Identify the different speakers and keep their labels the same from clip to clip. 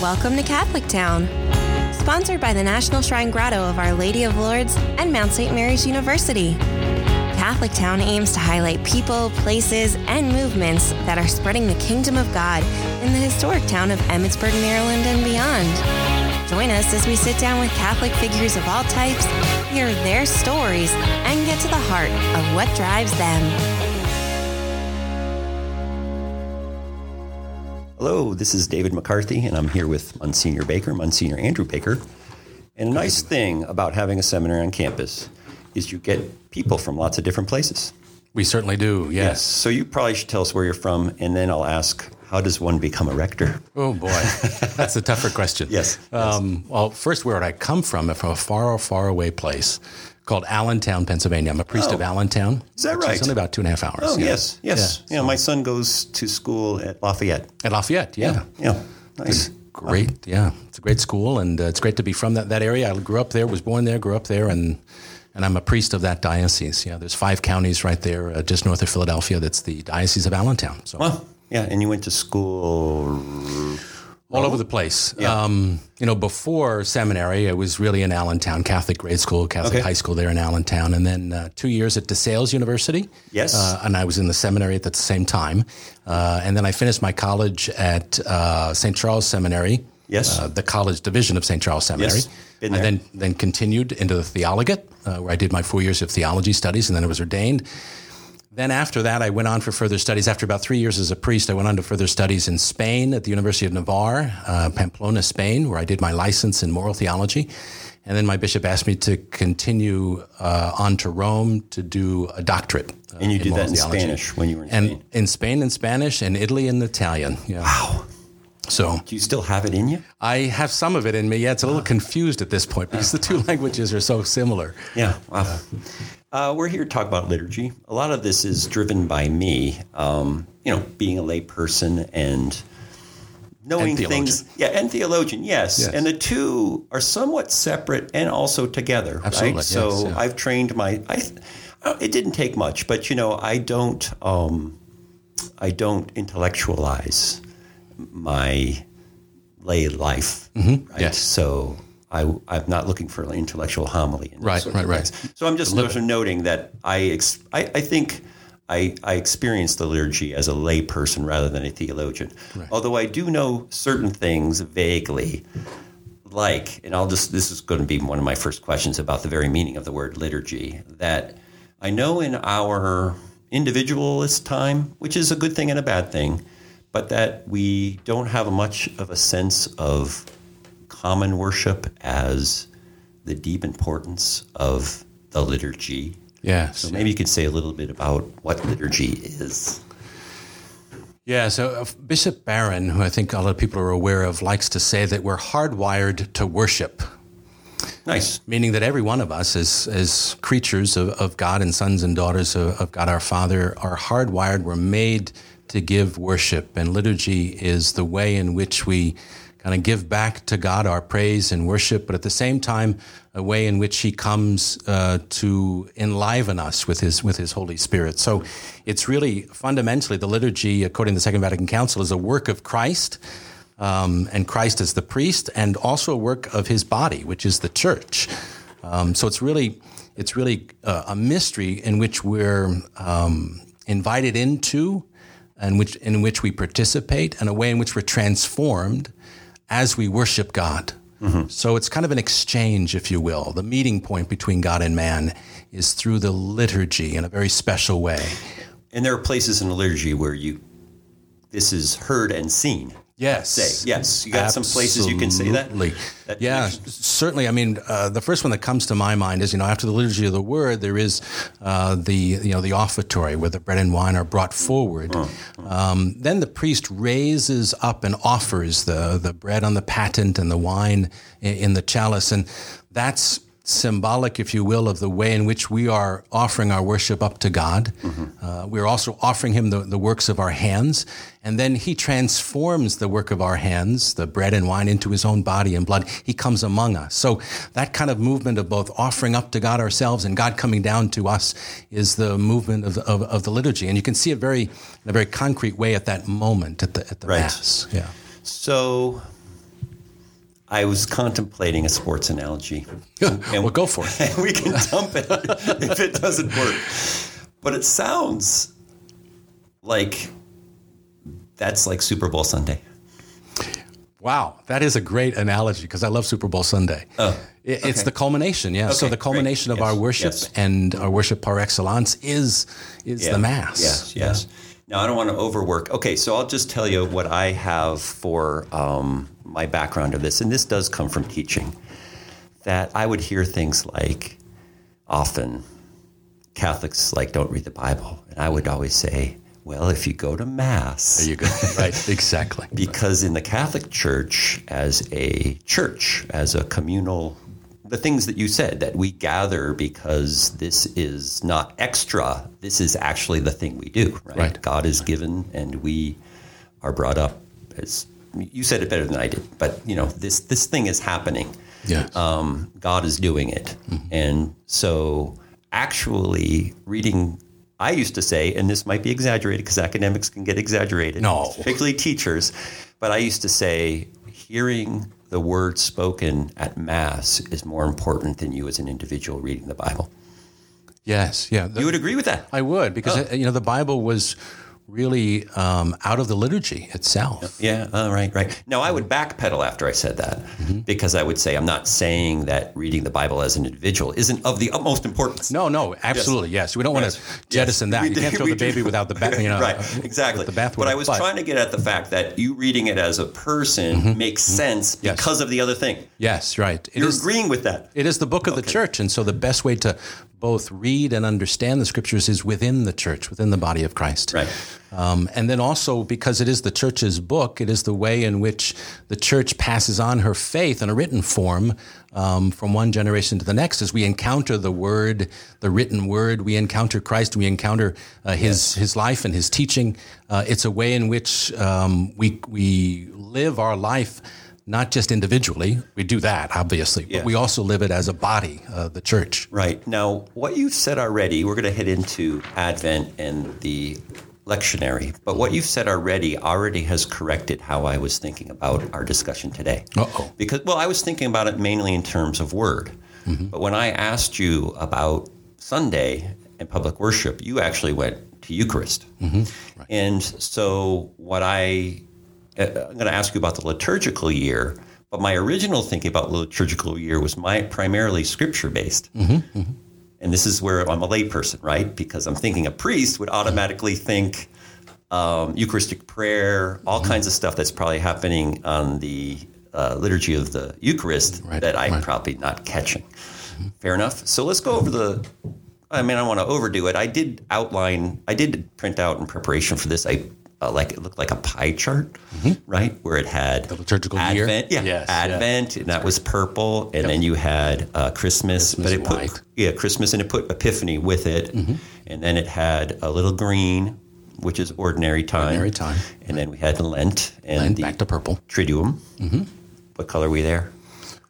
Speaker 1: Welcome to Catholic Town, sponsored by the National Shrine Grotto of Our Lady of Lords and Mount St. Mary's University. Catholic Town aims to highlight people, places, and movements that are spreading the kingdom of God in the historic town of Emmitsburg, Maryland, and beyond. Join us as we sit down with Catholic figures of all types, hear their stories, and get to the heart of what drives them.
Speaker 2: Hello, this is David McCarthy, and I'm here with Monsignor Baker, Monsignor Andrew Baker. And a nice thing about having a seminary on campus is you get people from lots of different places.
Speaker 3: We certainly do. Yes.
Speaker 2: So you probably should tell us where you're from, and then I'll ask, how does one become a rector? Oh,
Speaker 3: Oh boy, that's a tougher question.
Speaker 2: Yes, yes.
Speaker 3: Um, well, first, where I come from, I'm from a far, far away place called Allentown, Pennsylvania. I'm a priest of
Speaker 2: Oh.
Speaker 3: Allentown.
Speaker 2: Is that
Speaker 3: which
Speaker 2: right?
Speaker 3: only about two and a half hours.
Speaker 2: Oh,
Speaker 3: yeah.
Speaker 2: yes, yes. Yeah, my son goes to school at Lafayette.
Speaker 3: At Lafayette. Yeah.
Speaker 2: Yeah, nice.
Speaker 3: Great. Yeah. It's a great school, and uh, it's great to be from that, that area. I grew up there, was born there, grew up there, and and I'm a priest of that diocese. Yeah. There's five counties right there, uh, just north of Philadelphia. That's the diocese of Allentown. So
Speaker 2: Well, yeah, and you went to school.
Speaker 3: all over the place. Um, you know, before seminary, it was really in Allentown, Catholic grade school, Catholic
Speaker 2: Okay.
Speaker 3: high school there in Allentown, and then uh, two years at DeSales University.
Speaker 2: Yes.
Speaker 3: uh, and I was in the seminary at the same time, uh, and then I finished my college at uh, St. Charles Seminary.
Speaker 2: Yes.
Speaker 3: uh, the college division of St. Charles Seminary,
Speaker 2: Yes, been
Speaker 3: and
Speaker 2: there.
Speaker 3: then then continued into the Theologate, uh, where I did my four years of theology studies, and then I was ordained. Then after that, I went on for further studies. After about three years as a priest, I went on to further studies in Spain at the University of Navarre, uh, Pamplona, Spain, where I did my license in moral theology. And then my bishop asked me to continue uh, on to Rome to do a doctorate. uh,
Speaker 2: And you did
Speaker 3: moral
Speaker 2: that in
Speaker 3: theology.
Speaker 2: Spanish when you were in
Speaker 3: And
Speaker 2: Spain.
Speaker 3: in Spain in Spanish, and Italy in Italian. Yeah. Wow. So
Speaker 2: Do you still have it in you?
Speaker 3: I have some of it in me. Yeah, it's a little confused at this point because the two languages are so similar.
Speaker 2: Yeah. Wow. Uh, we're here to talk about liturgy. A lot of this is driven by me, um, you know, being a lay person and knowing
Speaker 3: And theologian.
Speaker 2: things. Yeah, and theologian, yes.
Speaker 3: Yes.
Speaker 2: And the two are somewhat separate and also together.
Speaker 3: Absolutely,
Speaker 2: Right?
Speaker 3: yes,
Speaker 2: So
Speaker 3: yeah.
Speaker 2: I've trained my. I, uh, it didn't take much, but you know, I don't. Um, I don't intellectualize my lay life. Right.
Speaker 3: Mm-hmm. yes.
Speaker 2: So. I, I'm not looking for an intellectual homily. in this
Speaker 3: Right,
Speaker 2: sort of
Speaker 3: right, right.
Speaker 2: thing. So I'm just also noting that I, ex- I, I think I, I experience the liturgy as a lay person rather than a theologian. Although I do know certain things vaguely, like, and I'll just, this is going to be one of my first questions about the very meaning of the word liturgy, that I know in our individualist time, which is a good thing and a bad thing, but that we don't have much of a sense of common worship as the deep importance of the liturgy.
Speaker 3: Yes.
Speaker 2: So maybe you could say a little bit about what liturgy is.
Speaker 3: Yeah, so uh, Bishop Barron, who I think a lot of people are aware of, likes to say that we're hardwired to worship,
Speaker 2: Nice.
Speaker 3: meaning that every one of us, as, as creatures of, of God and sons and daughters of, of God our Father, are hardwired. We're made to give worship, and liturgy is the way in which we kind of give back to God our praise and worship, but at the same time, a way in which He comes uh, to enliven us with His with His Holy Spirit. So, it's really fundamentally the liturgy, according to the Second Vatican Council, is a work of Christ um, and Christ as the priest, and also a work of his body, which is the church. Um, so it's really, it's really uh, a mystery in which we're um, invited into, and which in which we participate, and a way in which we're transformed as we worship God. So it's kind of an exchange, if you will. The meeting point between God and man is through the liturgy in a very special way.
Speaker 2: And there are places in the liturgy where you this is heard and seen.
Speaker 3: Yes.
Speaker 2: Say yes. You got some places you can say that.
Speaker 3: Absolutely.
Speaker 2: That
Speaker 3: yeah,
Speaker 2: makes-
Speaker 3: s- certainly. I mean, uh, the first one that comes to my mind is you know after the liturgy of the word, there is uh, the you know the offertory where the bread and wine are brought forward.
Speaker 2: Oh,
Speaker 3: Um, then the priest raises up and offers the the bread on the patent and the wine in, in the chalice, and that's symbolic, if you will, of the way in which we are offering our worship up to God. Uh, we're also offering Him the, the works of our hands. And then He transforms the work of our hands, the bread and wine, into His own body and blood. He comes among us. So that kind of movement of both offering up to God ourselves and God coming down to us is the movement of, of, of the liturgy. And you can see it very, in a very concrete way at that moment, at the, at the
Speaker 2: Right.
Speaker 3: Mass. Yeah.
Speaker 2: So I was contemplating a sports analogy.
Speaker 3: Yeah, well, go for it.
Speaker 2: we can dump it if it doesn't work. But it sounds like that's like Super Bowl Sunday.
Speaker 3: Wow, that is a great analogy because I love Super Bowl Sunday.
Speaker 2: Oh,
Speaker 3: It- It's
Speaker 2: okay.
Speaker 3: the culmination, yeah. so
Speaker 2: Okay,
Speaker 3: the culmination
Speaker 2: great.
Speaker 3: of
Speaker 2: Yes,
Speaker 3: our worship
Speaker 2: yes.
Speaker 3: and our worship par excellence is is
Speaker 2: Yeah.
Speaker 3: the mass.
Speaker 2: Yes, yes. Now I don't want to overwork. Okay, so I'll just tell you what I have for um, my background of this, and this does come from teaching. That I would hear things like, often Catholics like don't read the Bible, and I would always say, well, if you go to mass,
Speaker 3: There you go. right, exactly.
Speaker 2: because in the Catholic Church, as a church, as a communal, the things that you said that we gather because this is not extra, this is actually the thing we do, right?
Speaker 3: Right.
Speaker 2: God is given and we are brought up as you said it better than I did, but you know, this this thing is happening
Speaker 3: Yes.
Speaker 2: um, God is doing it.
Speaker 3: Mm-hmm.
Speaker 2: And so, actually, reading, I used to say, and this might be exaggerated because academics can get exaggerated,
Speaker 3: No.
Speaker 2: particularly teachers, but I used to say, hearing the word spoken at Mass is more important than you as an individual reading the Bible.
Speaker 3: yes. Yeah. The-
Speaker 2: You would Oh. agree with that?
Speaker 3: I would because uh, you know the Bible was really um, out of the liturgy itself.
Speaker 2: Yeah, uh, right, right. No, I would backpedal after I said that
Speaker 3: Mm-hmm.
Speaker 2: because I would say I'm not saying that reading the Bible as an individual isn't of the utmost importance.
Speaker 3: No, no, absolutely, yes. We don't want
Speaker 2: Yes.
Speaker 3: to jettison that.
Speaker 2: We
Speaker 3: you
Speaker 2: do-
Speaker 3: can't throw
Speaker 2: we
Speaker 3: the baby
Speaker 2: do.
Speaker 3: without the ba- you know,
Speaker 2: right,
Speaker 3: uh,
Speaker 2: exactly.
Speaker 3: with the bathwater.
Speaker 2: but I was trying to get at the fact that you reading it as a person makes sense
Speaker 3: Mm-hmm. Yes.
Speaker 2: because of the other thing.
Speaker 3: Yes, right. It
Speaker 2: You're
Speaker 3: is-
Speaker 2: agreeing with that.
Speaker 3: It is the book of the church. And so the best way to both read and understand the scriptures is within the church, within the body of Christ.
Speaker 2: Right.
Speaker 3: Um, and then also, because it is the church's book, it is the way in which the church passes on her faith in a written form um, from one generation to the next. As we encounter the word, the written word, we encounter Christ, we encounter uh, his, his life and his teaching. Uh, it's a way in which um, we, we live our life not just individually. We do that, obviously, but
Speaker 2: Yeah.
Speaker 3: we also live it as a body, uh, the church.
Speaker 2: Right. Now, what you've said already, we're going to head into Advent and the lectionary, but what you've said already already has corrected how I was thinking about our discussion today.
Speaker 3: Uh-oh.
Speaker 2: Because, well, I was thinking about it mainly in terms of word. But when I asked you about Sunday and public worship, you actually went to Eucharist. And so, what I uh, I'm going to ask you about the liturgical year, but my original thinking about liturgical year was my primarily scripture based. And this is where I'm a layperson, right? Because I'm thinking a priest would automatically think um, Eucharistic prayer, all
Speaker 3: Mm-hmm.
Speaker 2: kinds of stuff that's probably happening on the uh, liturgy of the Eucharist
Speaker 3: Right,
Speaker 2: that I'm
Speaker 3: right. Mm-hmm.
Speaker 2: probably not catching. Fair enough. So let's go over the. I mean, I don't want to overdo it. I did outline. I did print out in preparation for this. I uh, like it looked like a pie chart, right, where it had the
Speaker 3: Mm-hmm. liturgical year?
Speaker 2: Advent, yeah,
Speaker 3: Yes, yeah.
Speaker 2: Advent, and that was purple, and then you had uh, Christmas, but it put
Speaker 3: white.
Speaker 2: yeah Christmas and it put Epiphany with it,
Speaker 3: Mm-hmm.
Speaker 2: and then it had a little green, which is ordinary time,
Speaker 3: Ordinary time.
Speaker 2: and then we had Lent and
Speaker 3: And
Speaker 2: the
Speaker 3: back to Mm-hmm. purple.
Speaker 2: Triduum. What color are we there?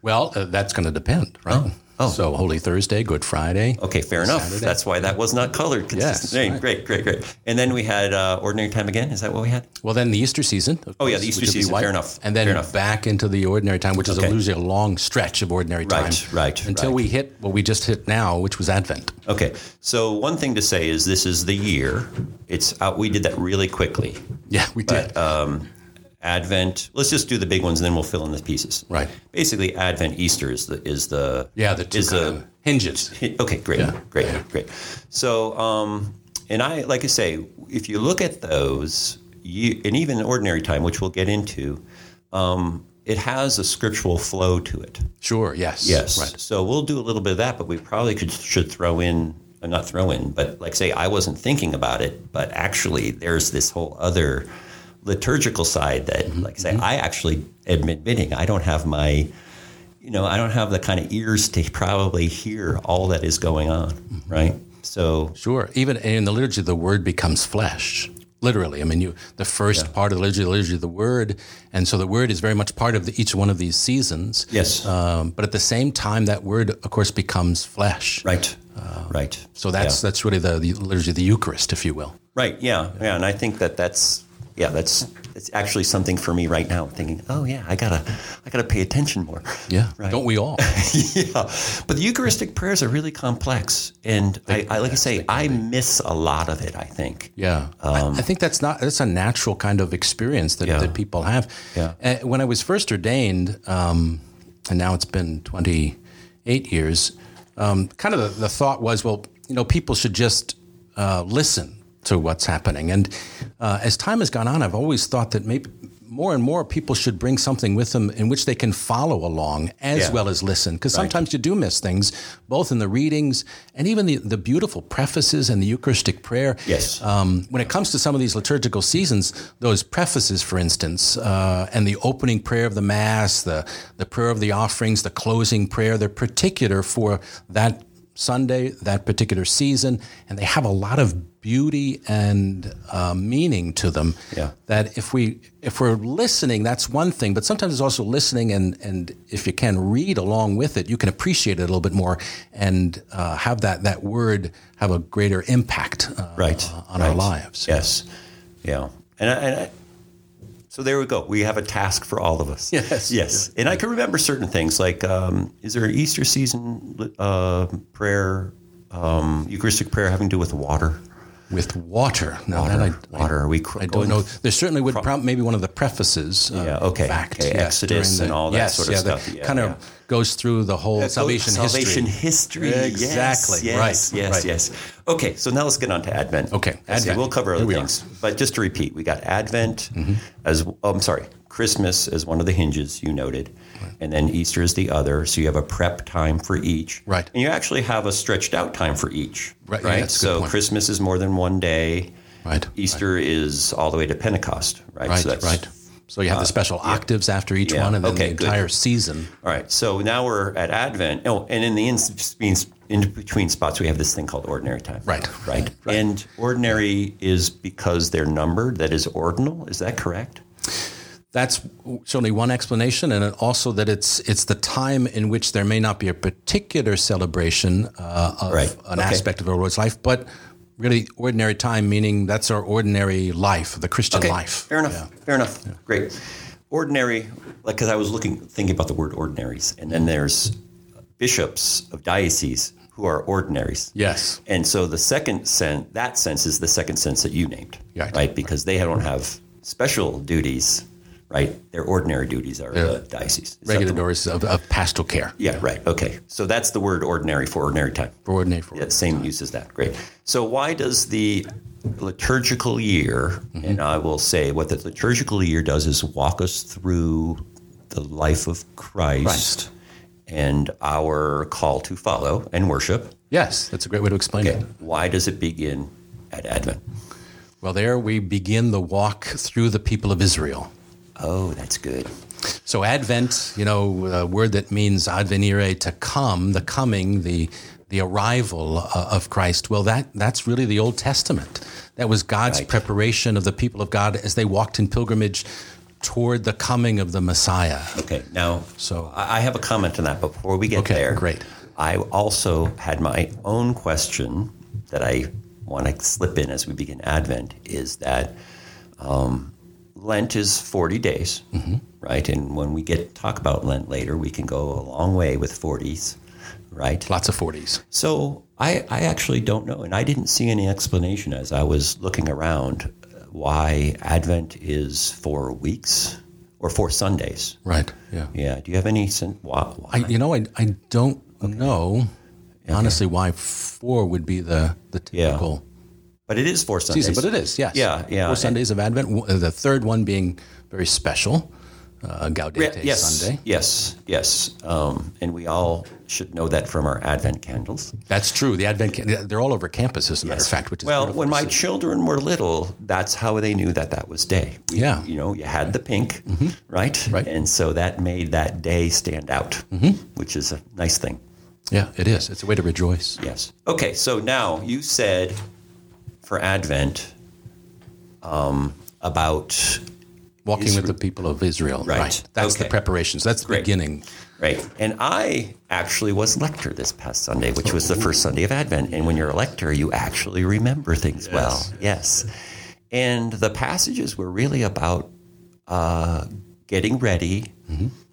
Speaker 3: Well, uh, that's going to depend, right? Oh. So Holy Thursday, Good Friday.
Speaker 2: Okay, fair enough. That's why that was not colored.
Speaker 3: Yes,
Speaker 2: Consistent. Hey,
Speaker 3: right.
Speaker 2: Great, great, great. And then we had uh, ordinary time again. Is that what we had?
Speaker 3: Well, then the Easter season. of
Speaker 2: Oh, yeah,
Speaker 3: course,
Speaker 2: the Easter
Speaker 3: which would be
Speaker 2: season,
Speaker 3: white.
Speaker 2: fair enough,
Speaker 3: And then
Speaker 2: fair enough.
Speaker 3: back into the ordinary time, which is
Speaker 2: Okay.
Speaker 3: a, usually a long stretch of ordinary time.
Speaker 2: Right, right,
Speaker 3: Until
Speaker 2: right.
Speaker 3: we hit what we just hit now, which was Advent.
Speaker 2: Okay. So one thing to say is this is the year. It's out. We did that really quickly.
Speaker 3: Yeah, we did.
Speaker 2: uh, Advent. Let's just do the big ones, and then we'll fill in the pieces.
Speaker 3: Right.
Speaker 2: Basically, Advent, Easter is the is the
Speaker 3: yeah, the two
Speaker 2: is
Speaker 3: kind
Speaker 2: the
Speaker 3: of hinges.
Speaker 2: Okay, great, great, great. So, um, and I like I say, if you look at those, you, and even ordinary time, which we'll get into, um, it has a scriptural flow to it.
Speaker 3: Sure, yes.
Speaker 2: Yes.
Speaker 3: Right.
Speaker 2: So we'll do a little bit of that, but we probably could should throw in, uh, not throw in, but like say I wasn't thinking about it, but actually there's this whole other liturgical side that,
Speaker 3: Mm-hmm.
Speaker 2: like say, I actually am admitting I don't have my, you know, I don't have the kind of ears to probably hear all that is going on,
Speaker 3: Mm-hmm.
Speaker 2: right? So
Speaker 3: Sure. Even in the liturgy, the word becomes flesh. Literally, I mean, you the first part of the liturgy, the liturgy of the word, and so the word is very much part of the, each one of these seasons.
Speaker 2: Yes.
Speaker 3: um, but at the same time, that word, of course, becomes flesh.
Speaker 2: right, right.
Speaker 3: Uh, So that's
Speaker 2: Yeah.
Speaker 3: that's really the, the liturgy of the Eucharist, if you will.
Speaker 2: right. Yeah, yeah, and I think that that's yeah, that's that's actually something for me right now. Thinking, oh yeah, I gotta I gotta pay attention more.
Speaker 3: Yeah.
Speaker 2: Right.
Speaker 3: Don't we all?
Speaker 2: yeah. But the Eucharistic prayers are really complex, and I, I like I say, I miss a lot of it. I think.
Speaker 3: Yeah, I- I, think that's not that's a natural kind of experience
Speaker 2: Um,
Speaker 3: that,
Speaker 2: Yeah.
Speaker 3: that people have.
Speaker 2: Yeah.
Speaker 3: Uh, when I was first ordained, um, and now it's been twenty eight years, um, kind of the, the thought was, well, you know, people should just uh, listen to what's happening. And uh, as time has gone on, I've always thought that maybe more and more people should bring something with them in which they can follow along as
Speaker 2: Yeah.
Speaker 3: well as listen, because sometimes you do miss things, both in the readings and even the, the beautiful prefaces and the Eucharistic prayer.
Speaker 2: Yes.
Speaker 3: Um, when it comes to some of these liturgical seasons, those prefaces, for instance, uh, and the opening prayer of the Mass, the, the prayer of the offerings, the closing prayer, they're particular for that Sunday, that particular season, and they have a lot of beauty and uh, meaning to them.
Speaker 2: Yeah.
Speaker 3: That if we if we're listening, that's one thing, but sometimes it's also listening and and if you can read along with it, you can appreciate it a little bit more and uh, have that that word have a greater impact. Uh,
Speaker 2: right
Speaker 3: uh, on our
Speaker 2: right.
Speaker 3: lives.
Speaker 2: Yes, yeah, and I, and I, so there we go. We have a task for all of us.
Speaker 3: Yes.
Speaker 2: yes, and I can remember certain things like um, is there an Easter season uh, prayer, um, Eucharistic prayer having to do with water?
Speaker 3: With water, no,
Speaker 2: Water,
Speaker 3: that I,
Speaker 2: water.
Speaker 3: I,
Speaker 2: Are we cr-
Speaker 3: I don't
Speaker 2: going-
Speaker 3: know. There certainly would prob- maybe one of the prefaces. Uh,
Speaker 2: Yeah, okay,
Speaker 3: Fact.
Speaker 2: okay,
Speaker 3: yes, during
Speaker 2: Exodus and all that
Speaker 3: yes,
Speaker 2: sort of
Speaker 3: yeah,
Speaker 2: stuff, yeah,
Speaker 3: kind of
Speaker 2: yeah.
Speaker 3: goes through the whole salvation,
Speaker 2: salvation
Speaker 3: history.
Speaker 2: history.
Speaker 3: Exactly,
Speaker 2: Yes, yes,
Speaker 3: right,
Speaker 2: Yes.
Speaker 3: right.
Speaker 2: Yes. Okay. So now let's get on to Advent.
Speaker 3: Okay,
Speaker 2: Let's see,
Speaker 3: Advent.
Speaker 2: We'll cover
Speaker 3: Here
Speaker 2: other
Speaker 3: we are. Mm-hmm.
Speaker 2: things, but just to repeat, we got Advent as oh, I'm sorry, Christmas as one of the hinges you noted, and then Easter is the other. So you have a prep time for each,
Speaker 3: Right.
Speaker 2: And you actually have a stretched out time for each,
Speaker 3: Right, yeah,
Speaker 2: Right.
Speaker 3: that's a good
Speaker 2: so
Speaker 3: point.
Speaker 2: Christmas is more than one day.
Speaker 3: Right,
Speaker 2: Easter is all the way to Pentecost, right?
Speaker 3: Right,
Speaker 2: so that's,
Speaker 3: right. So you have the special octaves after each
Speaker 2: Uh, Yeah,
Speaker 3: one, and then
Speaker 2: okay,
Speaker 3: the
Speaker 2: good.
Speaker 3: entire season.
Speaker 2: All right, so now we're at Advent. Oh, and in the in between, in between spots, we have this thing called ordinary time.
Speaker 3: Right.
Speaker 2: right.
Speaker 3: Right.
Speaker 2: And ordinary is because they're numbered. That is ordinal. Is that correct?
Speaker 3: That's certainly one explanation, and also that it's it's the time in which there may not be a particular celebration uh, of
Speaker 2: Right.
Speaker 3: an
Speaker 2: Okay.
Speaker 3: aspect of our Lord's life, but really ordinary time, meaning that's our ordinary life, the Christian life.
Speaker 2: Fair enough. Fair enough. Great. Ordinary, like because I was looking thinking about the word ordinaries, and then there's bishops of dioceses who are ordinaries.
Speaker 3: Yes.
Speaker 2: And so the second sense, that sense is the second sense that you named,
Speaker 3: Right.
Speaker 2: Because they don't have special duties, right? Their ordinary duties are the diocese. Is that
Speaker 3: Regular
Speaker 2: the-
Speaker 3: doors of, of pastoral care.
Speaker 2: yeah, right. Okay. So that's the word ordinary for ordinary time.
Speaker 3: For ordinary. For
Speaker 2: Yeah, same use as that. Great. So why does the liturgical year,
Speaker 3: Mm-hmm.
Speaker 2: and I will say what the liturgical year does is walk us through the life of Christ,
Speaker 3: Christ.
Speaker 2: and our call to follow and worship.
Speaker 3: Yes, that's a great way to explain it.
Speaker 2: Why does it begin at Advent?
Speaker 3: Well, there we begin the walk through the people of Israel.
Speaker 2: Oh, that's good.
Speaker 3: So Advent, you know, a word that means advenire to come, the coming, the the arrival uh, of Christ. Well, that that's really the Old Testament. That was God's
Speaker 2: Right.
Speaker 3: preparation of the people of God as they walked in pilgrimage toward the coming of the Messiah.
Speaker 2: Okay, now
Speaker 3: So-
Speaker 2: I I have a comment on that before we get
Speaker 3: Okay,
Speaker 2: there.
Speaker 3: great.
Speaker 2: I also had my own question that I want to slip in as we begin Advent is that um, Lent is forty days,
Speaker 3: Mm-hmm.
Speaker 2: right? And when we get talk about Lent later, we can go a long way with forties, right?
Speaker 3: Lots of 40s.
Speaker 2: So I, I actually don't know, and I didn't see any explanation as I was looking around uh, why Advent is four weeks or four Sundays.
Speaker 3: Right. Yeah.
Speaker 2: Yeah. Do you have any sense? Why? why?
Speaker 3: I, you know, I, I don't know honestly why four would be the, the
Speaker 2: Yeah.
Speaker 3: typical
Speaker 2: but it is four Sundays.
Speaker 3: season, but it is, yes.
Speaker 2: Yeah, yeah.
Speaker 3: Four Sundays of Advent, w- uh, the third one being very special,
Speaker 2: Yeah,
Speaker 3: uh, Gaudete
Speaker 2: yes,
Speaker 3: Sunday.
Speaker 2: yes, yes. Um, and we all should know that from our Advent candles.
Speaker 3: That's true. The Advent, ca- they're all over campus, as a matter of fact, which is
Speaker 2: Well,
Speaker 3: beautiful
Speaker 2: when
Speaker 3: to
Speaker 2: my
Speaker 3: see.
Speaker 2: children were little, that's how they knew that that was day. We-
Speaker 3: Yeah. Mm-hmm.
Speaker 2: You know, you had the pink, right?
Speaker 3: Right. Mm-hmm.
Speaker 2: And so that made that day stand out, which is a nice thing.
Speaker 3: yeah, it is. It's a way to rejoice.
Speaker 2: Yes. Okay, so now you said for Advent um, about
Speaker 3: Walking with the people of Israel, right?
Speaker 2: Right.
Speaker 3: That's the
Speaker 2: Okay.
Speaker 3: preparations. That's the
Speaker 2: Great.
Speaker 3: beginning.
Speaker 2: Right. And I actually was lector this past Sunday, which was the first Sunday of Advent. And when you're a lector, you actually remember things well. Yes. And the passages were really about uh, getting ready,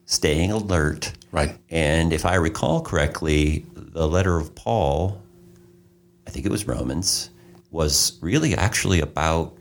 Speaker 2: staying alert.
Speaker 3: Right.
Speaker 2: And if I recall correctly, the letter of Paul, I think it was Romans, was really actually about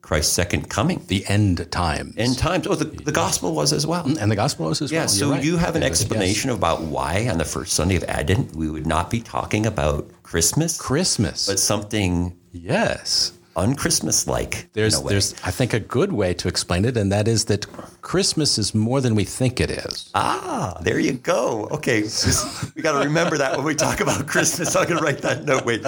Speaker 2: Christ's second coming.
Speaker 3: The end times.
Speaker 2: End times. Oh, the, the gospel was as well.
Speaker 3: and the gospel is as
Speaker 2: Yeah,
Speaker 3: well.
Speaker 2: so
Speaker 3: Mm. Oh, you're right.
Speaker 2: you have an
Speaker 3: Yes.
Speaker 2: explanation about why on the first Sunday of Advent we would not be talking about Christmas,
Speaker 3: Christmas.
Speaker 2: but something
Speaker 3: yes.
Speaker 2: unchristmas like.
Speaker 3: There's, there's, I think, a good way to explain it, and that is that Christmas is more than we think it is.
Speaker 2: Ah, there you go. Okay, just- we got to remember that when we talk about Christmas. I'm going to write that note. Wait,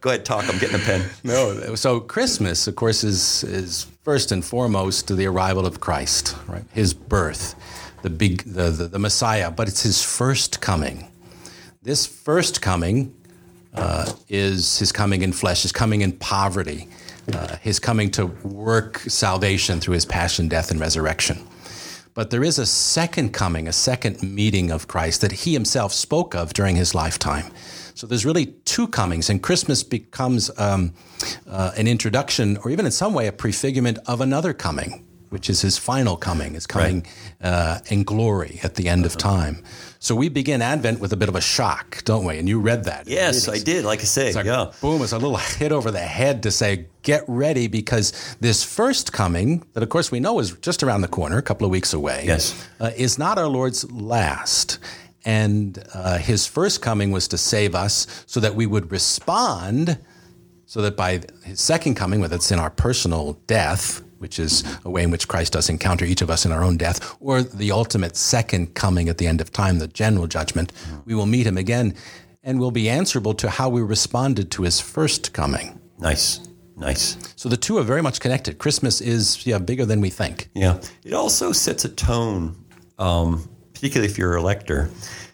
Speaker 2: go ahead, talk. I'm getting a pen.
Speaker 3: No, so Christmas, of course, is is first and foremost the arrival of Christ, right? His birth, the big, the the, the Messiah, but it's his first coming. This first coming uh, is his coming in flesh, his coming in poverty, uh, his coming to work salvation through his passion, death, and resurrection. But there is a second coming, a second meeting of Christ that he himself spoke of during his lifetime. So there's really two comings, and Christmas becomes um, uh, an introduction, or even in some way, a prefigurement of another coming, which is his final coming, his coming uh, in glory at the end of time. So we begin Advent with a bit of a shock, don't we? And you read that. in the
Speaker 2: Yes, I
Speaker 3: readings.
Speaker 2: did. Like I say,
Speaker 3: It's like,
Speaker 2: yeah.
Speaker 3: boom, it's a little hit over the head to say, get ready because this first coming, that of course we know is just around the corner, a couple of weeks away,
Speaker 2: Yes.
Speaker 3: uh, is not our Lord's last. And uh, his first coming was to save us so that we would respond, so that by his second coming, whether it's in our personal death, which is a way in which Christ does encounter each of us in our own death, or the ultimate second coming at the end of time, the general judgment, we will meet him again and will be answerable to how we responded to his first coming.
Speaker 2: Nice, nice.
Speaker 3: So the two are very much connected. Christmas is yeah, bigger than we think.
Speaker 2: Yeah. It also sets a tone, um, particularly if you're a lector.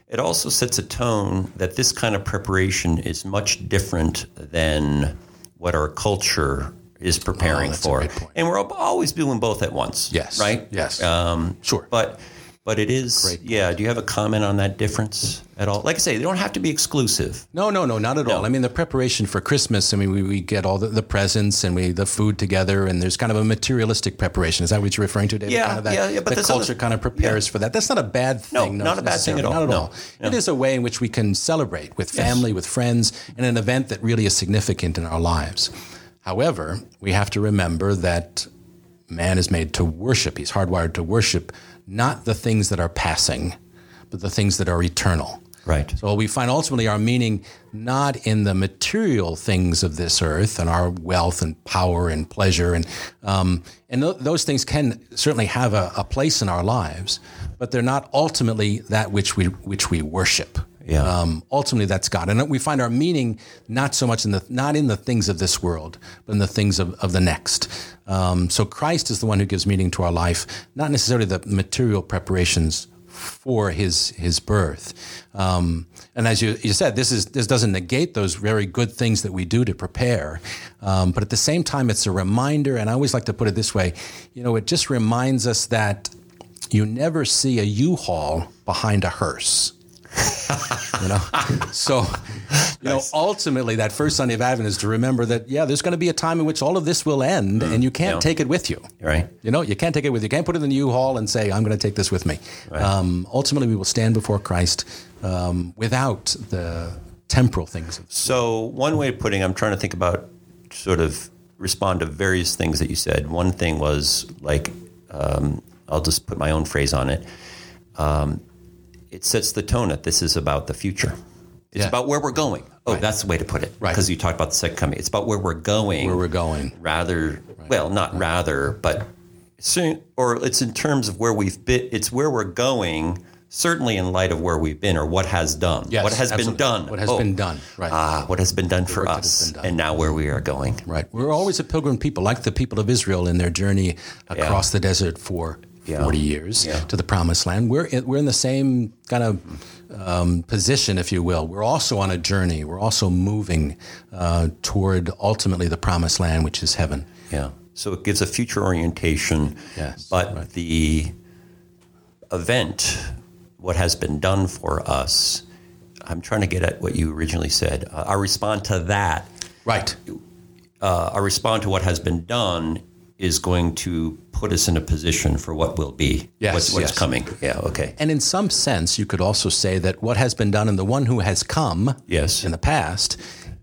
Speaker 2: It also sets a tone that this kind of preparation is much different than what our culture is preparing
Speaker 3: Oh, that's a
Speaker 2: for.
Speaker 3: good point.
Speaker 2: And we're al- always doing both at once.
Speaker 3: Yes.
Speaker 2: Right?
Speaker 3: Yes.
Speaker 2: Um,
Speaker 3: Sure.
Speaker 2: but but it is
Speaker 3: Great.
Speaker 2: yeah, do you have a comment on that difference at all? Like I say, they don't have to be exclusive.
Speaker 3: No, no, no, not at all. I mean, the preparation for Christmas, I mean, we, we get all the, the presents and we the food together, and there's kind of a materialistic preparation. Is that what you're referring to, David?
Speaker 2: Yeah,
Speaker 3: kind of that,
Speaker 2: yeah, yeah, but
Speaker 3: the
Speaker 2: there's other-
Speaker 3: culture kind of prepares for that. That's not a bad
Speaker 2: No,
Speaker 3: thing.
Speaker 2: not a bad thing at all,
Speaker 3: Not at
Speaker 2: no.
Speaker 3: all. It is a way in which we can celebrate with family, with friends, and an event that really is significant in our lives. However, we have to remember that man is made to worship. He's hardwired to worship not the things that are passing, but the things that are eternal.
Speaker 2: Right.
Speaker 3: So we find ultimately our meaning not in the material things of this earth and our wealth and power and pleasure and um, and th- those things can certainly have a, a place in our lives, but they're not ultimately that which we which we worship.
Speaker 2: Yeah.
Speaker 3: Um, ultimately, that's God, and we find our meaning not so much in the not in the things of this world, but in the things of, of the next. Um, so Christ is the one who gives meaning to our life, not necessarily the material preparations for his his birth. Um, and as you, you said, this is this doesn't negate those very good things that we do to prepare, um, but at the same time, it's a reminder. And I always like to put it this way, you know, it just reminds us that you never see a U-Haul behind a hearse. you know, so you know, ultimately, that first Sunday of Advent is to remember that yeah, there's going to be a time in which all of this will end, and you
Speaker 2: Mm,
Speaker 3: can't
Speaker 2: yeah.
Speaker 3: take it with you.
Speaker 2: Right.
Speaker 3: You know, you can't take it with you. You can't put it in the U-Haul and say, I'm going to take this with me. Um, ultimately, we will stand before Christ um, without the temporal things.
Speaker 2: So one way of putting, I'm trying to think about sort of respond to various things that you said. One thing was like, um, I'll just put my own phrase on it. Um, it sets the tone that this is about the future. It's
Speaker 3: Yeah.
Speaker 2: about where we're going. Oh, that's the way to put it.
Speaker 3: Right.
Speaker 2: Because you talked about the second coming. It's about where we're going.
Speaker 3: Where we're going.
Speaker 2: Rather, well, not rather, but soon, or it's in terms of where we've been. It's where we're going. Certainly, in light of where we've been or what has done, what has
Speaker 3: absolutely.
Speaker 2: been done,
Speaker 3: What has
Speaker 2: Oh,
Speaker 3: been done. Right.
Speaker 2: Ah, what has been done for
Speaker 3: work that has
Speaker 2: us,
Speaker 3: been done.
Speaker 2: and now where we are going.
Speaker 3: right. We're always a pilgrim people, like the people of Israel in their journey across the desert for
Speaker 2: Yeah.
Speaker 3: 40 years
Speaker 2: Yeah.
Speaker 3: to the promised land. We're in, we're in the same kind of um, position, if you will. We're also on a journey. We're also moving uh, toward ultimately the promised land, which is heaven.
Speaker 2: Yeah. So it gives a future orientation.
Speaker 3: Yes,
Speaker 2: But
Speaker 3: right.
Speaker 2: the event, what has been done for us, I'm trying to get at what you originally said. Uh, our respond to that
Speaker 3: Right.
Speaker 2: uh, our respond to what has been done is going to put us in a position for what will be,
Speaker 3: Yes,
Speaker 2: what's, what's
Speaker 3: yes.
Speaker 2: coming. Yeah, okay.
Speaker 3: And in some sense, you could also say that what has been done and the one who has come
Speaker 2: Yes.
Speaker 3: in the past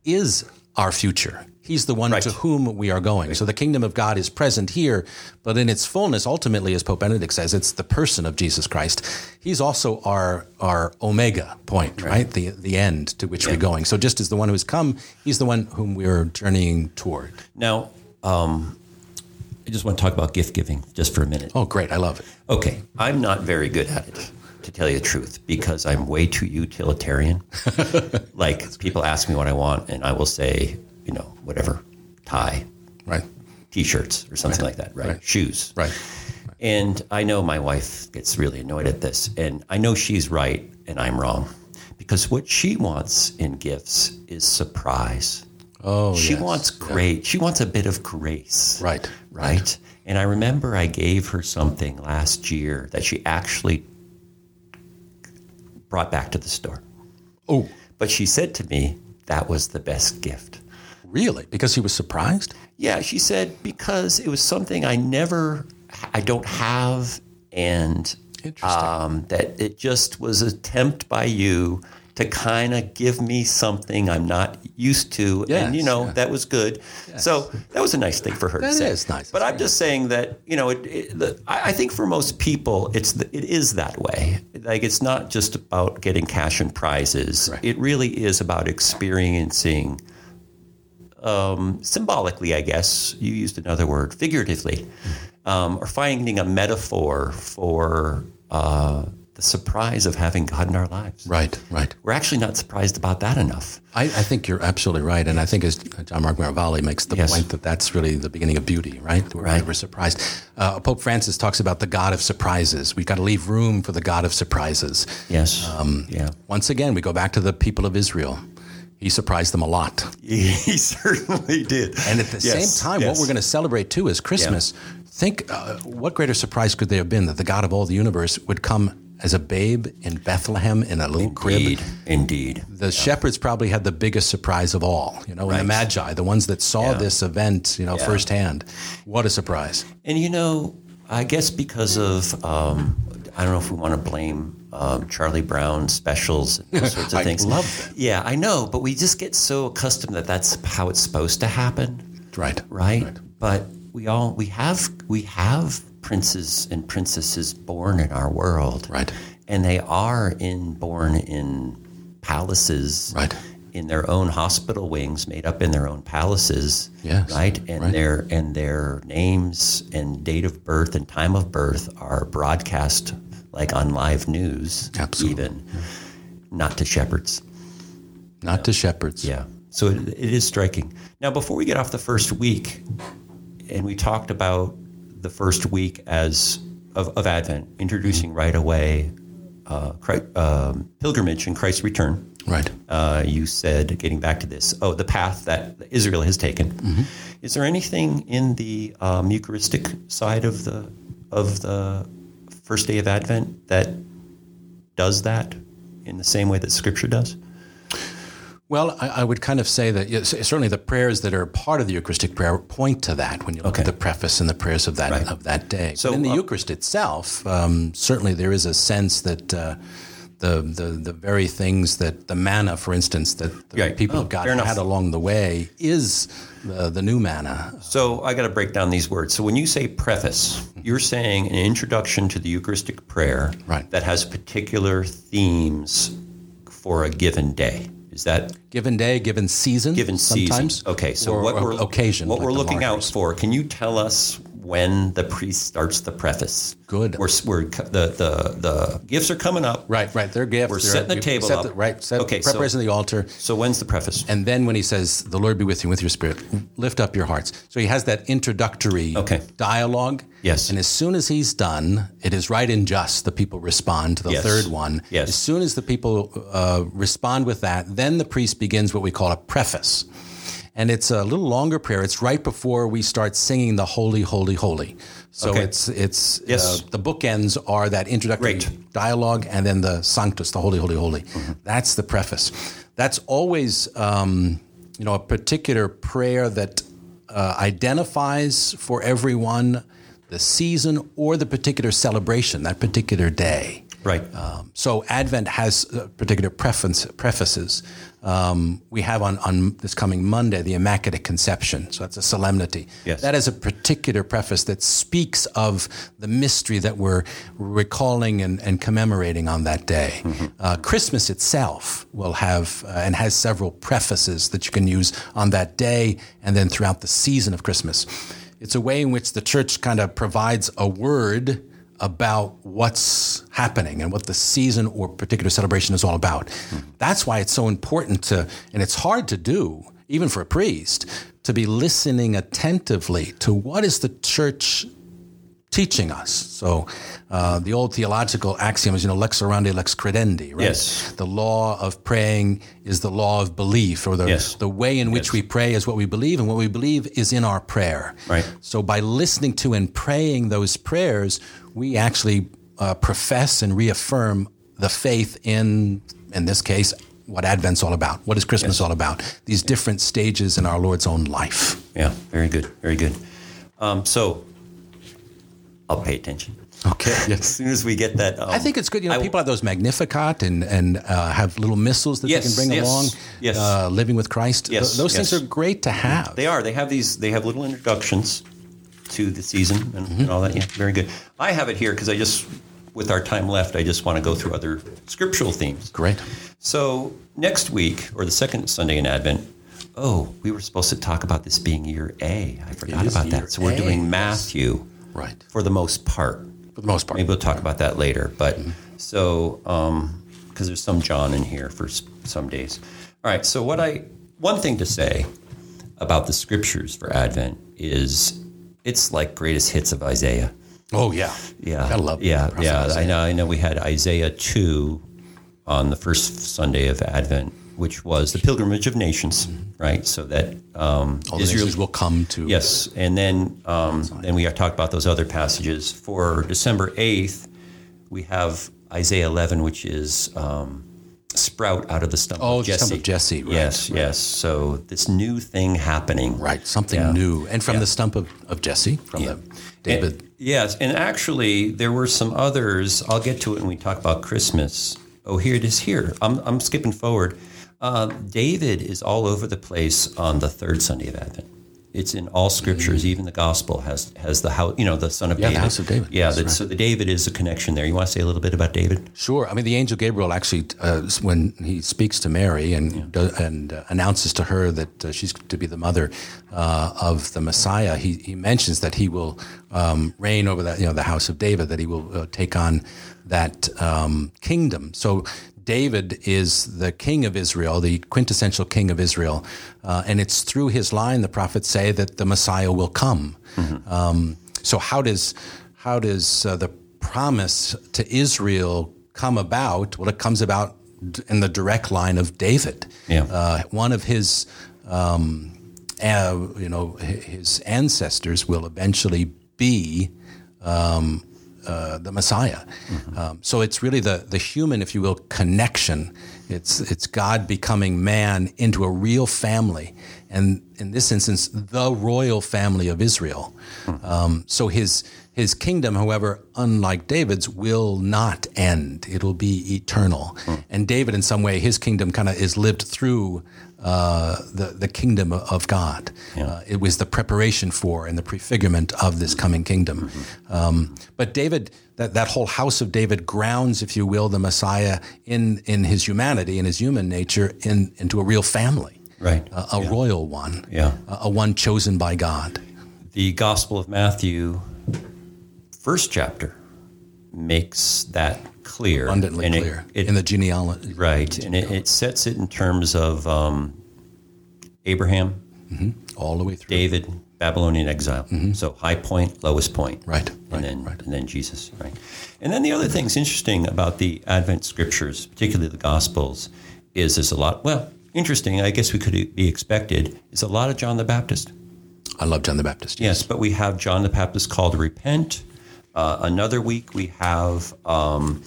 Speaker 3: is our future. He's the one
Speaker 2: Right.
Speaker 3: to whom we are going. So the kingdom of God is present here, but in its fullness, ultimately, as Pope Benedict says, it's the person of Jesus Christ. He's also our our omega point, right? The the end to which we're going. So just as the one who has come, he's the one whom we're journeying toward.
Speaker 2: Now, um, I just want to talk about gift giving just for a minute.
Speaker 3: Oh, great! I love it.
Speaker 2: Okay, I'm not very good at it, to tell you the truth, because I'm way too utilitarian. like people ask me what I want, and I will say, you know, whatever, tie,
Speaker 3: Right,
Speaker 2: t-shirts, or something like that, right?
Speaker 3: Right.
Speaker 2: Shoes,
Speaker 3: right.
Speaker 2: And I know my wife gets really annoyed at this, and I know she's right and I'm wrong, because what she wants in gifts is surprise.
Speaker 3: Oh,
Speaker 2: She
Speaker 3: yes.
Speaker 2: wants great. She wants a bit of grace.
Speaker 3: Right,
Speaker 2: Right. And I remember I gave her something last year that she actually brought back to the store.
Speaker 3: Oh,
Speaker 2: But she said to me, that was the best gift.
Speaker 3: really? Because he was surprised.
Speaker 2: Yeah, she said, because it was something I never, I don't have. And
Speaker 3: Interesting.
Speaker 2: um, that it just was an attempt by you to kind of give me something I'm not used to. and, you
Speaker 3: Yes,
Speaker 2: know,
Speaker 3: yeah.
Speaker 2: that was good. So that was a nice thing for her to
Speaker 3: That
Speaker 2: say.
Speaker 3: is nice.
Speaker 2: But I'm just saying that, you know, it, it, the, I, I think for most people, it's the, it is that way. Like, it's not just about getting cash and prizes.
Speaker 3: Right.
Speaker 2: It really is about experiencing symbolically, I guess you used another word, figuratively, um, or finding a metaphor for uh, the surprise of having God in our lives.
Speaker 3: Right, right.
Speaker 2: We're actually not surprised about that enough.
Speaker 3: I, I think you're absolutely right, and I think as John Mark Maravalli makes the
Speaker 2: Yes.
Speaker 3: point that that's really the beginning of beauty, right? We're
Speaker 2: Right.
Speaker 3: never surprised. Uh, Pope Francis talks about the God of surprises. We've got to leave room for the God of surprises.
Speaker 2: Yes. yeah.
Speaker 3: Once again, we go back to the people of Israel. He surprised them a lot.
Speaker 2: He certainly did.
Speaker 3: And at the same time, what we're going to celebrate too is Christmas. Think uh, what greater surprise could there have been that the God of all the universe would come as a babe in Bethlehem in a little crib?
Speaker 2: Indeed. Indeed.
Speaker 3: the shepherds probably had the biggest surprise of all, you know, and the
Speaker 2: Right.
Speaker 3: magi, the ones that saw this event, you know, firsthand. What a surprise.
Speaker 2: And you know, I guess because of um, I don't know if we want to blame um, Charlie Brown specials and those sorts of
Speaker 3: I
Speaker 2: things.
Speaker 3: love them.
Speaker 2: Yeah, I know, but we just get so accustomed that that's how it's supposed to happen,
Speaker 3: Right.
Speaker 2: right? But we all we have we have princes and princesses born in our world,
Speaker 3: Right.
Speaker 2: And they are in born in palaces,
Speaker 3: Right.
Speaker 2: In their own hospital wings, made up in their own palaces,
Speaker 3: Yes,
Speaker 2: right? And
Speaker 3: right.
Speaker 2: their and their names and date of birth and time of birth are broadcast like on live news,
Speaker 3: Absolutely.
Speaker 2: even not to shepherds.
Speaker 3: Not to shepherds.
Speaker 2: Yeah. So it, it is striking. Now, before we get off the first week, and we talked about the first week as of, of Advent, introducing right away uh, Christ, um, pilgrimage and Christ's return.
Speaker 3: Right.
Speaker 2: Uh, you said, getting back to this, oh, the path that Israel has taken. Is there anything in the um, Eucharistic side of the of the first day of Advent that does that in the same way that Scripture does?
Speaker 3: Well, I, I would kind of say that yes, certainly the prayers that are part of the Eucharistic prayer point to that when you look
Speaker 2: Okay.
Speaker 3: at the preface and the prayers of that
Speaker 2: Right.
Speaker 3: of that day.
Speaker 2: So,
Speaker 3: So in the
Speaker 2: uh,
Speaker 3: Eucharist itself, um, certainly there is a sense that. Uh, the, the, the very things that the manna, for instance, that the
Speaker 2: Right.
Speaker 3: people
Speaker 2: Oh,
Speaker 3: of God
Speaker 2: fair enough.
Speaker 3: had along the way is uh, the, the new manna
Speaker 2: So I got to break down these words. So when you say preface,
Speaker 3: Mm-hmm.
Speaker 2: you're saying an introduction to the Eucharistic prayer
Speaker 3: Right.
Speaker 2: that has particular themes for a given day. Is that
Speaker 3: given day, given season,
Speaker 2: given
Speaker 3: sometimes.
Speaker 2: season? Okay. So
Speaker 3: or
Speaker 2: what we're
Speaker 3: occasion,
Speaker 2: what
Speaker 3: like
Speaker 2: we're
Speaker 3: the
Speaker 2: looking
Speaker 3: markers.
Speaker 2: out for? Can you tell us when the priest starts the preface?
Speaker 3: Good.
Speaker 2: We're, we're the, the the gifts are coming up.
Speaker 3: Right, right. Their gift.
Speaker 2: We're
Speaker 3: their-
Speaker 2: setting the
Speaker 3: you
Speaker 2: table
Speaker 3: set
Speaker 2: up.
Speaker 3: The, right. Set
Speaker 2: Okay, so-
Speaker 3: preparation of the altar.
Speaker 2: So when's the preface?
Speaker 3: And then when he says, "The Lord be with you, with your spirit, lift up your hearts." So he has that introductory
Speaker 2: Okay.
Speaker 3: dialogue.
Speaker 2: Yes.
Speaker 3: And as soon as he's done, it is right and just the people respond to the
Speaker 2: Yes.
Speaker 3: third one.
Speaker 2: Yes.
Speaker 3: As soon as the people uh, respond with that, then the priest begins what we call a preface. And it's a little longer prayer. It's right before we start singing the Holy, Holy, Holy. So
Speaker 2: Okay.
Speaker 3: it's it's
Speaker 2: Yes.
Speaker 3: uh, the bookends are that introductory
Speaker 2: Great.
Speaker 3: dialogue and then the Sanctus, the Holy, Holy, Holy. That's the preface. That's always um, you know a particular prayer that uh, identifies for everyone the season or the particular celebration, that particular day.
Speaker 2: Right.
Speaker 3: Um, so Advent has uh, particular preference, prefaces. Um, we have on, on this coming Monday the Immaculate Conception. So that's a solemnity.
Speaker 2: Yes.
Speaker 3: That is a particular preface that speaks of the mystery that we're recalling and, and commemorating on that day. Uh, Christmas itself will have uh, and has several prefaces that you can use on that day and then throughout the season of Christmas. It's a way in which the church kind of provides a word about what's happening and what the season or particular celebration is all about. That's why it's so important to, and it's hard to do, even for a priest, to be listening attentively to what is the church teaching us. So uh, the old theological axiom is, you know, lex orandi, lex credendi, right?
Speaker 2: Yes.
Speaker 3: The law of praying is the law of belief, or the,
Speaker 2: Yes.
Speaker 3: the way in which
Speaker 2: Yes.
Speaker 3: we pray is what we believe, and what we believe is in our prayer.
Speaker 2: Right.
Speaker 3: So by listening to and praying those prayers, we actually uh, profess and reaffirm the faith in, in this case, what Advent's all about. What is Christmas all about? These different stages in our Lord's own life.
Speaker 2: Yeah, very good, very good. Um, so I'll pay attention
Speaker 3: Okay.
Speaker 2: as soon as we get that. Um,
Speaker 3: I think it's good. You know,
Speaker 2: I-
Speaker 3: people have those Magnificat and and uh, have little missiles that
Speaker 2: Yes,
Speaker 3: they can bring
Speaker 2: yes,
Speaker 3: along.
Speaker 2: yes.
Speaker 3: Uh, Living with Christ. Th-
Speaker 2: Yes,
Speaker 3: those
Speaker 2: yes. Mm-hmm.
Speaker 3: things are great to have.
Speaker 2: They are. They have these. They have little introductions to the season and,
Speaker 3: Mm-hmm.
Speaker 2: and all that. Yeah, very good. I have it here because I just, with our time left, I just want to go through other scriptural themes.
Speaker 3: Great.
Speaker 2: So next week, or the second Sunday in Advent. Oh, we were supposed to talk about this being year A. I forgot
Speaker 3: is
Speaker 2: about
Speaker 3: year
Speaker 2: that. So we're
Speaker 3: A,
Speaker 2: doing
Speaker 3: yes.
Speaker 2: Matthew
Speaker 3: Right.
Speaker 2: for the most part.
Speaker 3: For the most part.
Speaker 2: Maybe we'll talk about that later. But so, um, because there's some John in here for s- some days. All right. So, what I, one thing to say about the scriptures for Advent is it's like greatest hits of Isaiah.
Speaker 3: Oh yeah.
Speaker 2: Yeah.
Speaker 3: I love.
Speaker 2: Yeah.
Speaker 3: Prophet
Speaker 2: Yeah.
Speaker 3: Isaiah.
Speaker 2: I know. I know we had Isaiah 2 on the first Sunday of Advent, which was the pilgrimage of nations, right? So that um,
Speaker 3: All the
Speaker 2: Israel
Speaker 3: nations will come to.
Speaker 2: Yes, and then um, then we talked about those other passages for December eighth. We have Isaiah eleven, which is um, sprout out of the stump.
Speaker 3: Oh,
Speaker 2: of
Speaker 3: the
Speaker 2: Jesse.
Speaker 3: stump of Jesse, right,
Speaker 2: yes, yes. So this new thing happening.
Speaker 3: Right. Something
Speaker 2: Yeah.
Speaker 3: new, and from the stump of, of Jesse, from the David.
Speaker 2: And- yes, and actually there were some others. I'll get to it when we talk about Christmas. Oh, here it is. Here, I'm I'm skipping forward. Uh, David is all over the place on the third Sunday of Advent. It's in all scriptures. Even the gospel has has the house. You know, the son of
Speaker 3: Mm. Yeah, the
Speaker 2: David.
Speaker 3: house of David.
Speaker 2: Yeah.
Speaker 3: That's
Speaker 2: That,
Speaker 3: right.
Speaker 2: So the David is a connection there. You want to say a little bit about David?
Speaker 3: Sure. I mean, the angel Gabriel actually, uh, when he speaks to Mary and do- and uh, announces to her that uh, she's to be the mother uh, of the Messiah, he, he mentions that he will um, reign over that you know the house of David, that he will uh, take on that um, kingdom. So David is the king of Israel, the quintessential king of Israel, uh, and it's through his line the prophets say that the Messiah will come. Um, so how does how does uh, the promise to Israel come about? Well, it comes about d- in the direct line of David.
Speaker 2: Yeah.
Speaker 3: Uh, one of his, um, uh, you know, hi- his ancestors will eventually be uh, the Messiah. Um, so it's really the the human, if you will, connection. It's it's God becoming man into a real family, and in this instance, the royal family of Israel. Um, so his his kingdom, however, unlike David's, will not end. It'll be eternal. And David, in some way, his kingdom kind of is lived through uh, the the kingdom of God. Uh, it was the preparation for and the prefigurement of this coming kingdom. Um, but David, that, that whole house of David grounds, if you will, the Messiah in in his humanity, in his human nature, in into a real family,
Speaker 2: Right.
Speaker 3: a, a royal one,
Speaker 2: Yeah.
Speaker 3: a, a one chosen by God.
Speaker 2: the Gospel of Matthew, first chapter, makes that clear
Speaker 3: Abundantly
Speaker 2: And it-
Speaker 3: clear
Speaker 2: it-
Speaker 3: in the genealogy.
Speaker 2: Right, and it, it sets it in terms of um, Abraham,
Speaker 3: all the way through.
Speaker 2: David, Babylonian exile. So high point, lowest point.
Speaker 3: Mm-hmm. Right,
Speaker 2: and
Speaker 3: right,
Speaker 2: then
Speaker 3: right.
Speaker 2: and then Jesus. Right, and then the other thing's interesting about the Advent scriptures, particularly the Gospels, is there's a lot. Well, interesting. I guess we could e, be expected. Is a lot of John the Baptist.
Speaker 3: I love John the Baptist.
Speaker 2: Yes, but we have John the Baptist called to repent. Uh, another week we have um,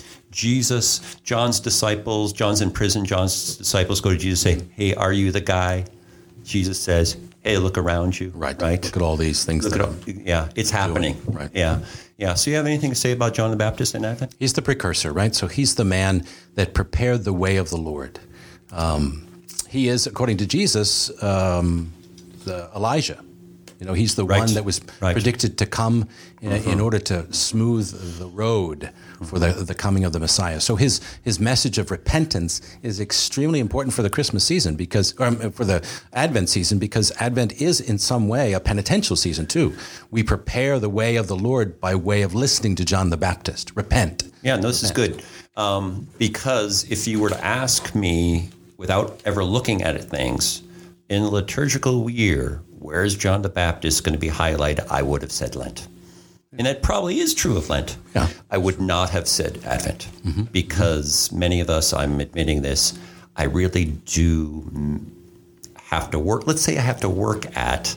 Speaker 2: Jesus, John's disciples. John's in prison. John's disciples go to Jesus and say, "Hey, are you the guy?" Jesus says, hey, look around you.
Speaker 3: Right.
Speaker 2: Right.
Speaker 3: Look at all these things.
Speaker 2: Look
Speaker 3: that
Speaker 2: at all, yeah, it's happening.
Speaker 3: Right.
Speaker 2: Yeah. Yeah. So you have anything to say about John the Baptist in Advent?
Speaker 3: He's the precursor, right? So he's the man that prepared the way of the Lord. Um, he is, according to Jesus, um, the Elijah. You know, he's the
Speaker 2: Right.
Speaker 3: one that was
Speaker 2: Right. Mm-hmm.
Speaker 3: predicted to come in, in order to smooth the road for the, the coming of the Messiah. So his his message of repentance is extremely important for the Christmas season because, or um, for the Advent season, because Advent is in some way a penitential season too. We prepare the way of the Lord by way of listening to John the Baptist. Repent.
Speaker 2: Yeah, no, this is good. Um, because if you were to ask me without ever looking at it, things in the liturgical year, where is John the Baptist going to be highlighted? I would have said Lent. And that probably is true of Lent.
Speaker 3: Yeah.
Speaker 2: I would not have said Advent because many of us, I'm admitting this, I really do mm, have to work. Let's say I have to work at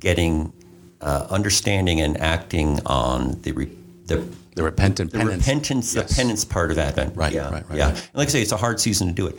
Speaker 2: getting uh, understanding and acting on the, re- the
Speaker 3: The repentant
Speaker 2: the
Speaker 3: penance.
Speaker 2: repentance,
Speaker 3: Yes.
Speaker 2: the penance part of Advent.
Speaker 3: Right,
Speaker 2: Yeah.
Speaker 3: right, right,
Speaker 2: Yeah.
Speaker 3: right.
Speaker 2: And like I say, it's a hard season to do it.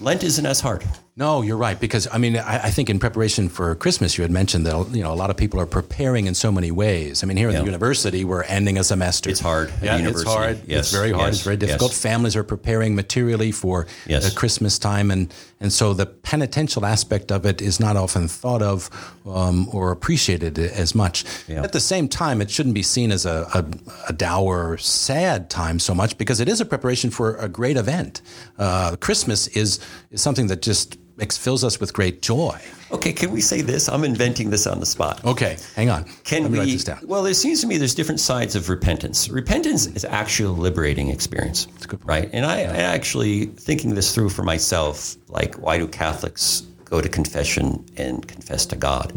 Speaker 2: Lent isn't as hard.
Speaker 3: No, you're right because I mean I, I think in preparation for Christmas you had mentioned that you know a lot of people are preparing in so many ways. I mean here at
Speaker 2: Yeah.
Speaker 3: the university we're ending a semester.
Speaker 2: It's hard at
Speaker 3: Yeah, it's
Speaker 2: university.
Speaker 3: hard.
Speaker 2: Yes,
Speaker 3: It's very hard.
Speaker 2: yes,
Speaker 3: it's very difficult.
Speaker 2: yes.
Speaker 3: Families are preparing materially for
Speaker 2: Yes.
Speaker 3: the Christmas time, and and so the penitential aspect of it is not often thought of um, or appreciated as much.
Speaker 2: Yeah.
Speaker 3: At the same time, it shouldn't be seen as a, a, a dour, sad time so much because it is a preparation for a great event. Uh, Christmas is, is something that just makes, fills us with great joy.
Speaker 2: Okay, can we say this? I'm inventing this on the spot.
Speaker 3: Okay, hang on.
Speaker 2: Can
Speaker 3: Let me
Speaker 2: we?
Speaker 3: write this down.
Speaker 2: Well, it seems to me there's different sides of repentance. Repentance is actually a liberating experience,
Speaker 3: good point.
Speaker 2: right? And I, I actually thinking this through for myself, like why do Catholics go to confession and confess to God?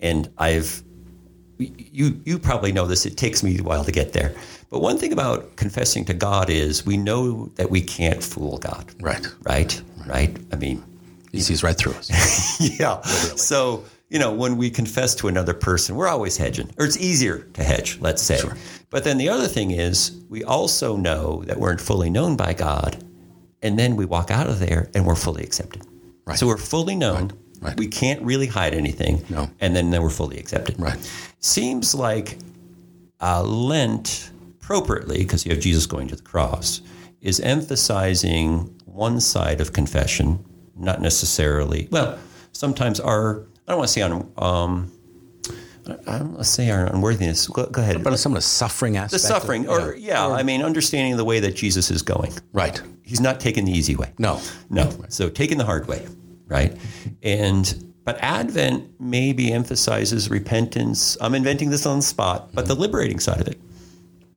Speaker 2: And I've you you probably know this. It takes me a while to get there. But one thing about confessing to God is we know that we can't fool God.
Speaker 3: Right.
Speaker 2: Right. Right. I mean,
Speaker 3: He sees right through us.
Speaker 2: yeah.
Speaker 3: Oh,
Speaker 2: So, you know, when we confess to another person, we're always hedging, or it's easier to hedge, let's say. But then the other thing is, we also know that we're fully known by God, and then we walk out of there and we're fully accepted.
Speaker 3: Right.
Speaker 2: So we're fully known.
Speaker 3: Right, right.
Speaker 2: We can't really hide anything.
Speaker 3: No.
Speaker 2: And then, then we're fully accepted.
Speaker 3: Right.
Speaker 2: Seems like uh, Lent, appropriately, because you have Jesus going to the cross, is emphasizing one side of confession, not necessarily. Well, sometimes our I don't want to say on um, I don't want to say our unworthiness. Go, go ahead.
Speaker 3: But some of the suffering
Speaker 2: the
Speaker 3: aspect. of-
Speaker 2: suffering, or yeah, I mean, understanding the way that Jesus is going.
Speaker 3: Right.
Speaker 2: He's not taking the easy way.
Speaker 3: No.
Speaker 2: No. So taking the hard way, right? And but Advent maybe emphasizes repentance. I'm inventing this on the spot, but the liberating side of it.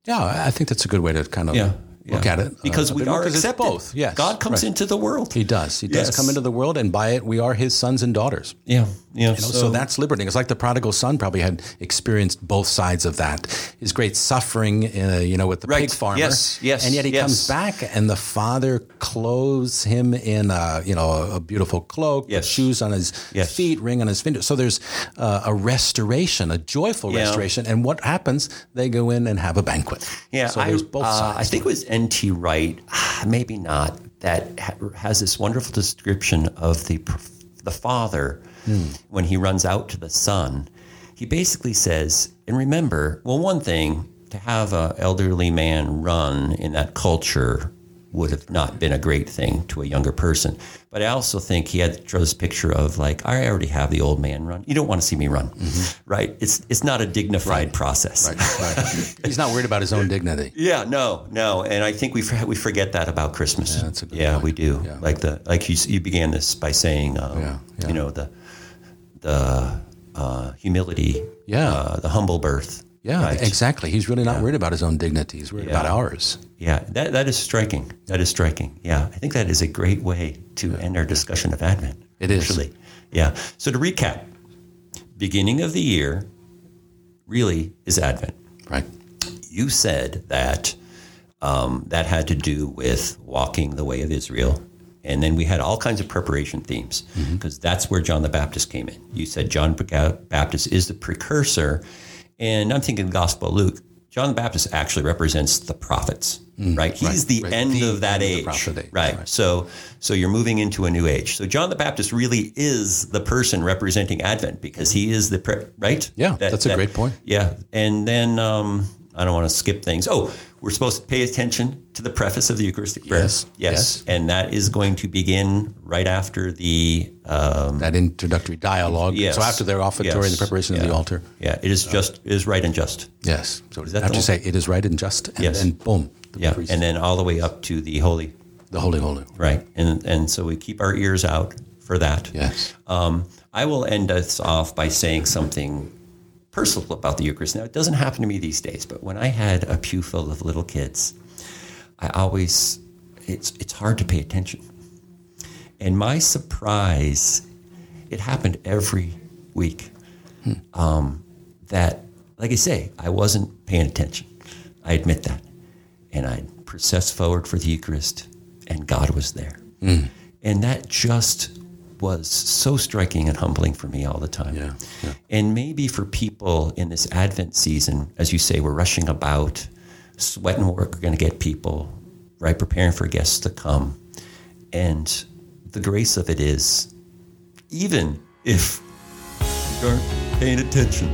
Speaker 3: Yeah, I I think that's a good way to kind of
Speaker 2: Yeah.
Speaker 3: look
Speaker 2: yeah.
Speaker 3: at it. uh,
Speaker 2: Because
Speaker 3: a
Speaker 2: we
Speaker 3: bit more,
Speaker 2: are
Speaker 3: 'cause it's
Speaker 2: accepted.
Speaker 3: both. Yes.
Speaker 2: God comes into the world.
Speaker 3: He does. He does
Speaker 2: Yes.
Speaker 3: come into the world, and by it we are his sons and daughters.
Speaker 2: Yeah. Yeah.
Speaker 3: You know, Oh, so, that's liberating. It's like the prodigal son probably had experienced both sides of that. His great suffering, uh, you know, with the
Speaker 2: Right.
Speaker 3: pig farmer.
Speaker 2: Yes, yes,
Speaker 3: And yet he
Speaker 2: yes.
Speaker 3: comes back, and the father clothes him in a, you know, a beautiful cloak,
Speaker 2: Yes.
Speaker 3: shoes on his
Speaker 2: Yes.
Speaker 3: feet, ring on his finger. So there's uh, a restoration, a joyful
Speaker 2: Yeah.
Speaker 3: restoration. And what happens? They go in and have a banquet.
Speaker 2: yeah.
Speaker 3: So
Speaker 2: I,
Speaker 3: there's both
Speaker 2: uh,
Speaker 3: sides.
Speaker 2: I think it was N.T. Wright, Ah, maybe not, that ha- has this wonderful description of the, pr- the father
Speaker 3: Hmm.
Speaker 2: when he runs out to the son. He basically says, and remember, well, one thing to have an elderly man run in that culture would have not been a great thing to a younger person. But I also think he had draws picture of like, I already have the old man run. You don't want to see me run, right? It's it's not a dignified process.
Speaker 3: Mm-hmm. Right. He's not worried about his own dignity.
Speaker 2: Yeah, no, no, and I think we for, we forget that about Christmas. Yeah,
Speaker 3: that's a good
Speaker 2: we do. Like the like you s- you began this by saying, um,
Speaker 3: Yeah, yeah.
Speaker 2: you know the the uh, humility,
Speaker 3: Yeah.
Speaker 2: uh, the humble birth.
Speaker 3: Yeah,
Speaker 2: right?
Speaker 3: exactly. He's really not worried about his own dignity. He's worried about
Speaker 2: Yeah.
Speaker 3: ours.
Speaker 2: yeah. That that is striking. That is striking. Yeah, I think that is a great way to end our discussion of Advent.
Speaker 3: It is.
Speaker 2: actually, yeah. So to recap, beginning of the year really is Advent.
Speaker 3: Right.
Speaker 2: you said that um, that had to do with walking the way of Israel. And then we had all kinds of preparation themes
Speaker 3: Mm-hmm.
Speaker 2: because that's where John the Baptist came uh, in. You said John Baptist is the precursor. And I'm thinking Gospel of Luke. John the Baptist actually represents the prophets, right? He's the
Speaker 3: Mm, right.
Speaker 2: end
Speaker 3: The
Speaker 2: of that
Speaker 3: end of the
Speaker 2: age,
Speaker 3: prophet age,
Speaker 2: right?
Speaker 3: right.
Speaker 2: So, so you're moving into a new age. So John the Baptist really is the person representing Advent because he is the pre- right.
Speaker 3: Mm-hmm. Yeah, that's a great point.
Speaker 2: Yeah, and then um, I don't want to skip things. Oh, we're supposed to pay attention to the preface of the Eucharistic prayer.
Speaker 3: Yes, yes.
Speaker 2: and that is going to begin right after the uh,
Speaker 3: that introductory dialogue.
Speaker 2: Yes.
Speaker 3: So after their offertory and the
Speaker 2: Yes.
Speaker 3: preparation of the
Speaker 2: Yeah.
Speaker 3: altar.
Speaker 2: yeah. It is just it is right and just.
Speaker 3: Yes. So
Speaker 2: that
Speaker 3: have
Speaker 2: the
Speaker 3: to
Speaker 2: one?
Speaker 3: say it is right and just. And
Speaker 2: Yes.
Speaker 3: then boom, the
Speaker 2: Yeah,
Speaker 3: priest,
Speaker 2: and then all the way up to the holy
Speaker 3: the holy holy.
Speaker 2: Right. And and so we keep our ears out for that.
Speaker 3: Yes.
Speaker 2: Um, I will end us off by saying something personal about the Eucharist. Now, it doesn't happen to me these days, but when I had a pew full of little kids, I always, it's, it's hard to pay attention. And my surprise, it happened every week um, that, like I say, I wasn't paying attention. I admit that. And I processed forward for the Eucharist, and God was there.
Speaker 3: Mm.
Speaker 2: And that just was so striking and humbling for me all the time.
Speaker 3: Yeah, yeah.
Speaker 2: And maybe for people in this Advent season, as you say, we're rushing about, sweat and work are going to get people, right? Preparing for guests to come. And the grace of it is, even if you aren't paying attention,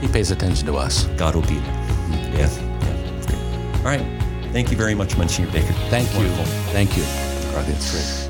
Speaker 3: He pays attention to us.
Speaker 2: God will be there. Mm, Yeah. yeah. All right. Thank you very much, Monsignor Baker.
Speaker 3: Thank you.
Speaker 2: Wonderful.
Speaker 3: Thank you. God, that's great.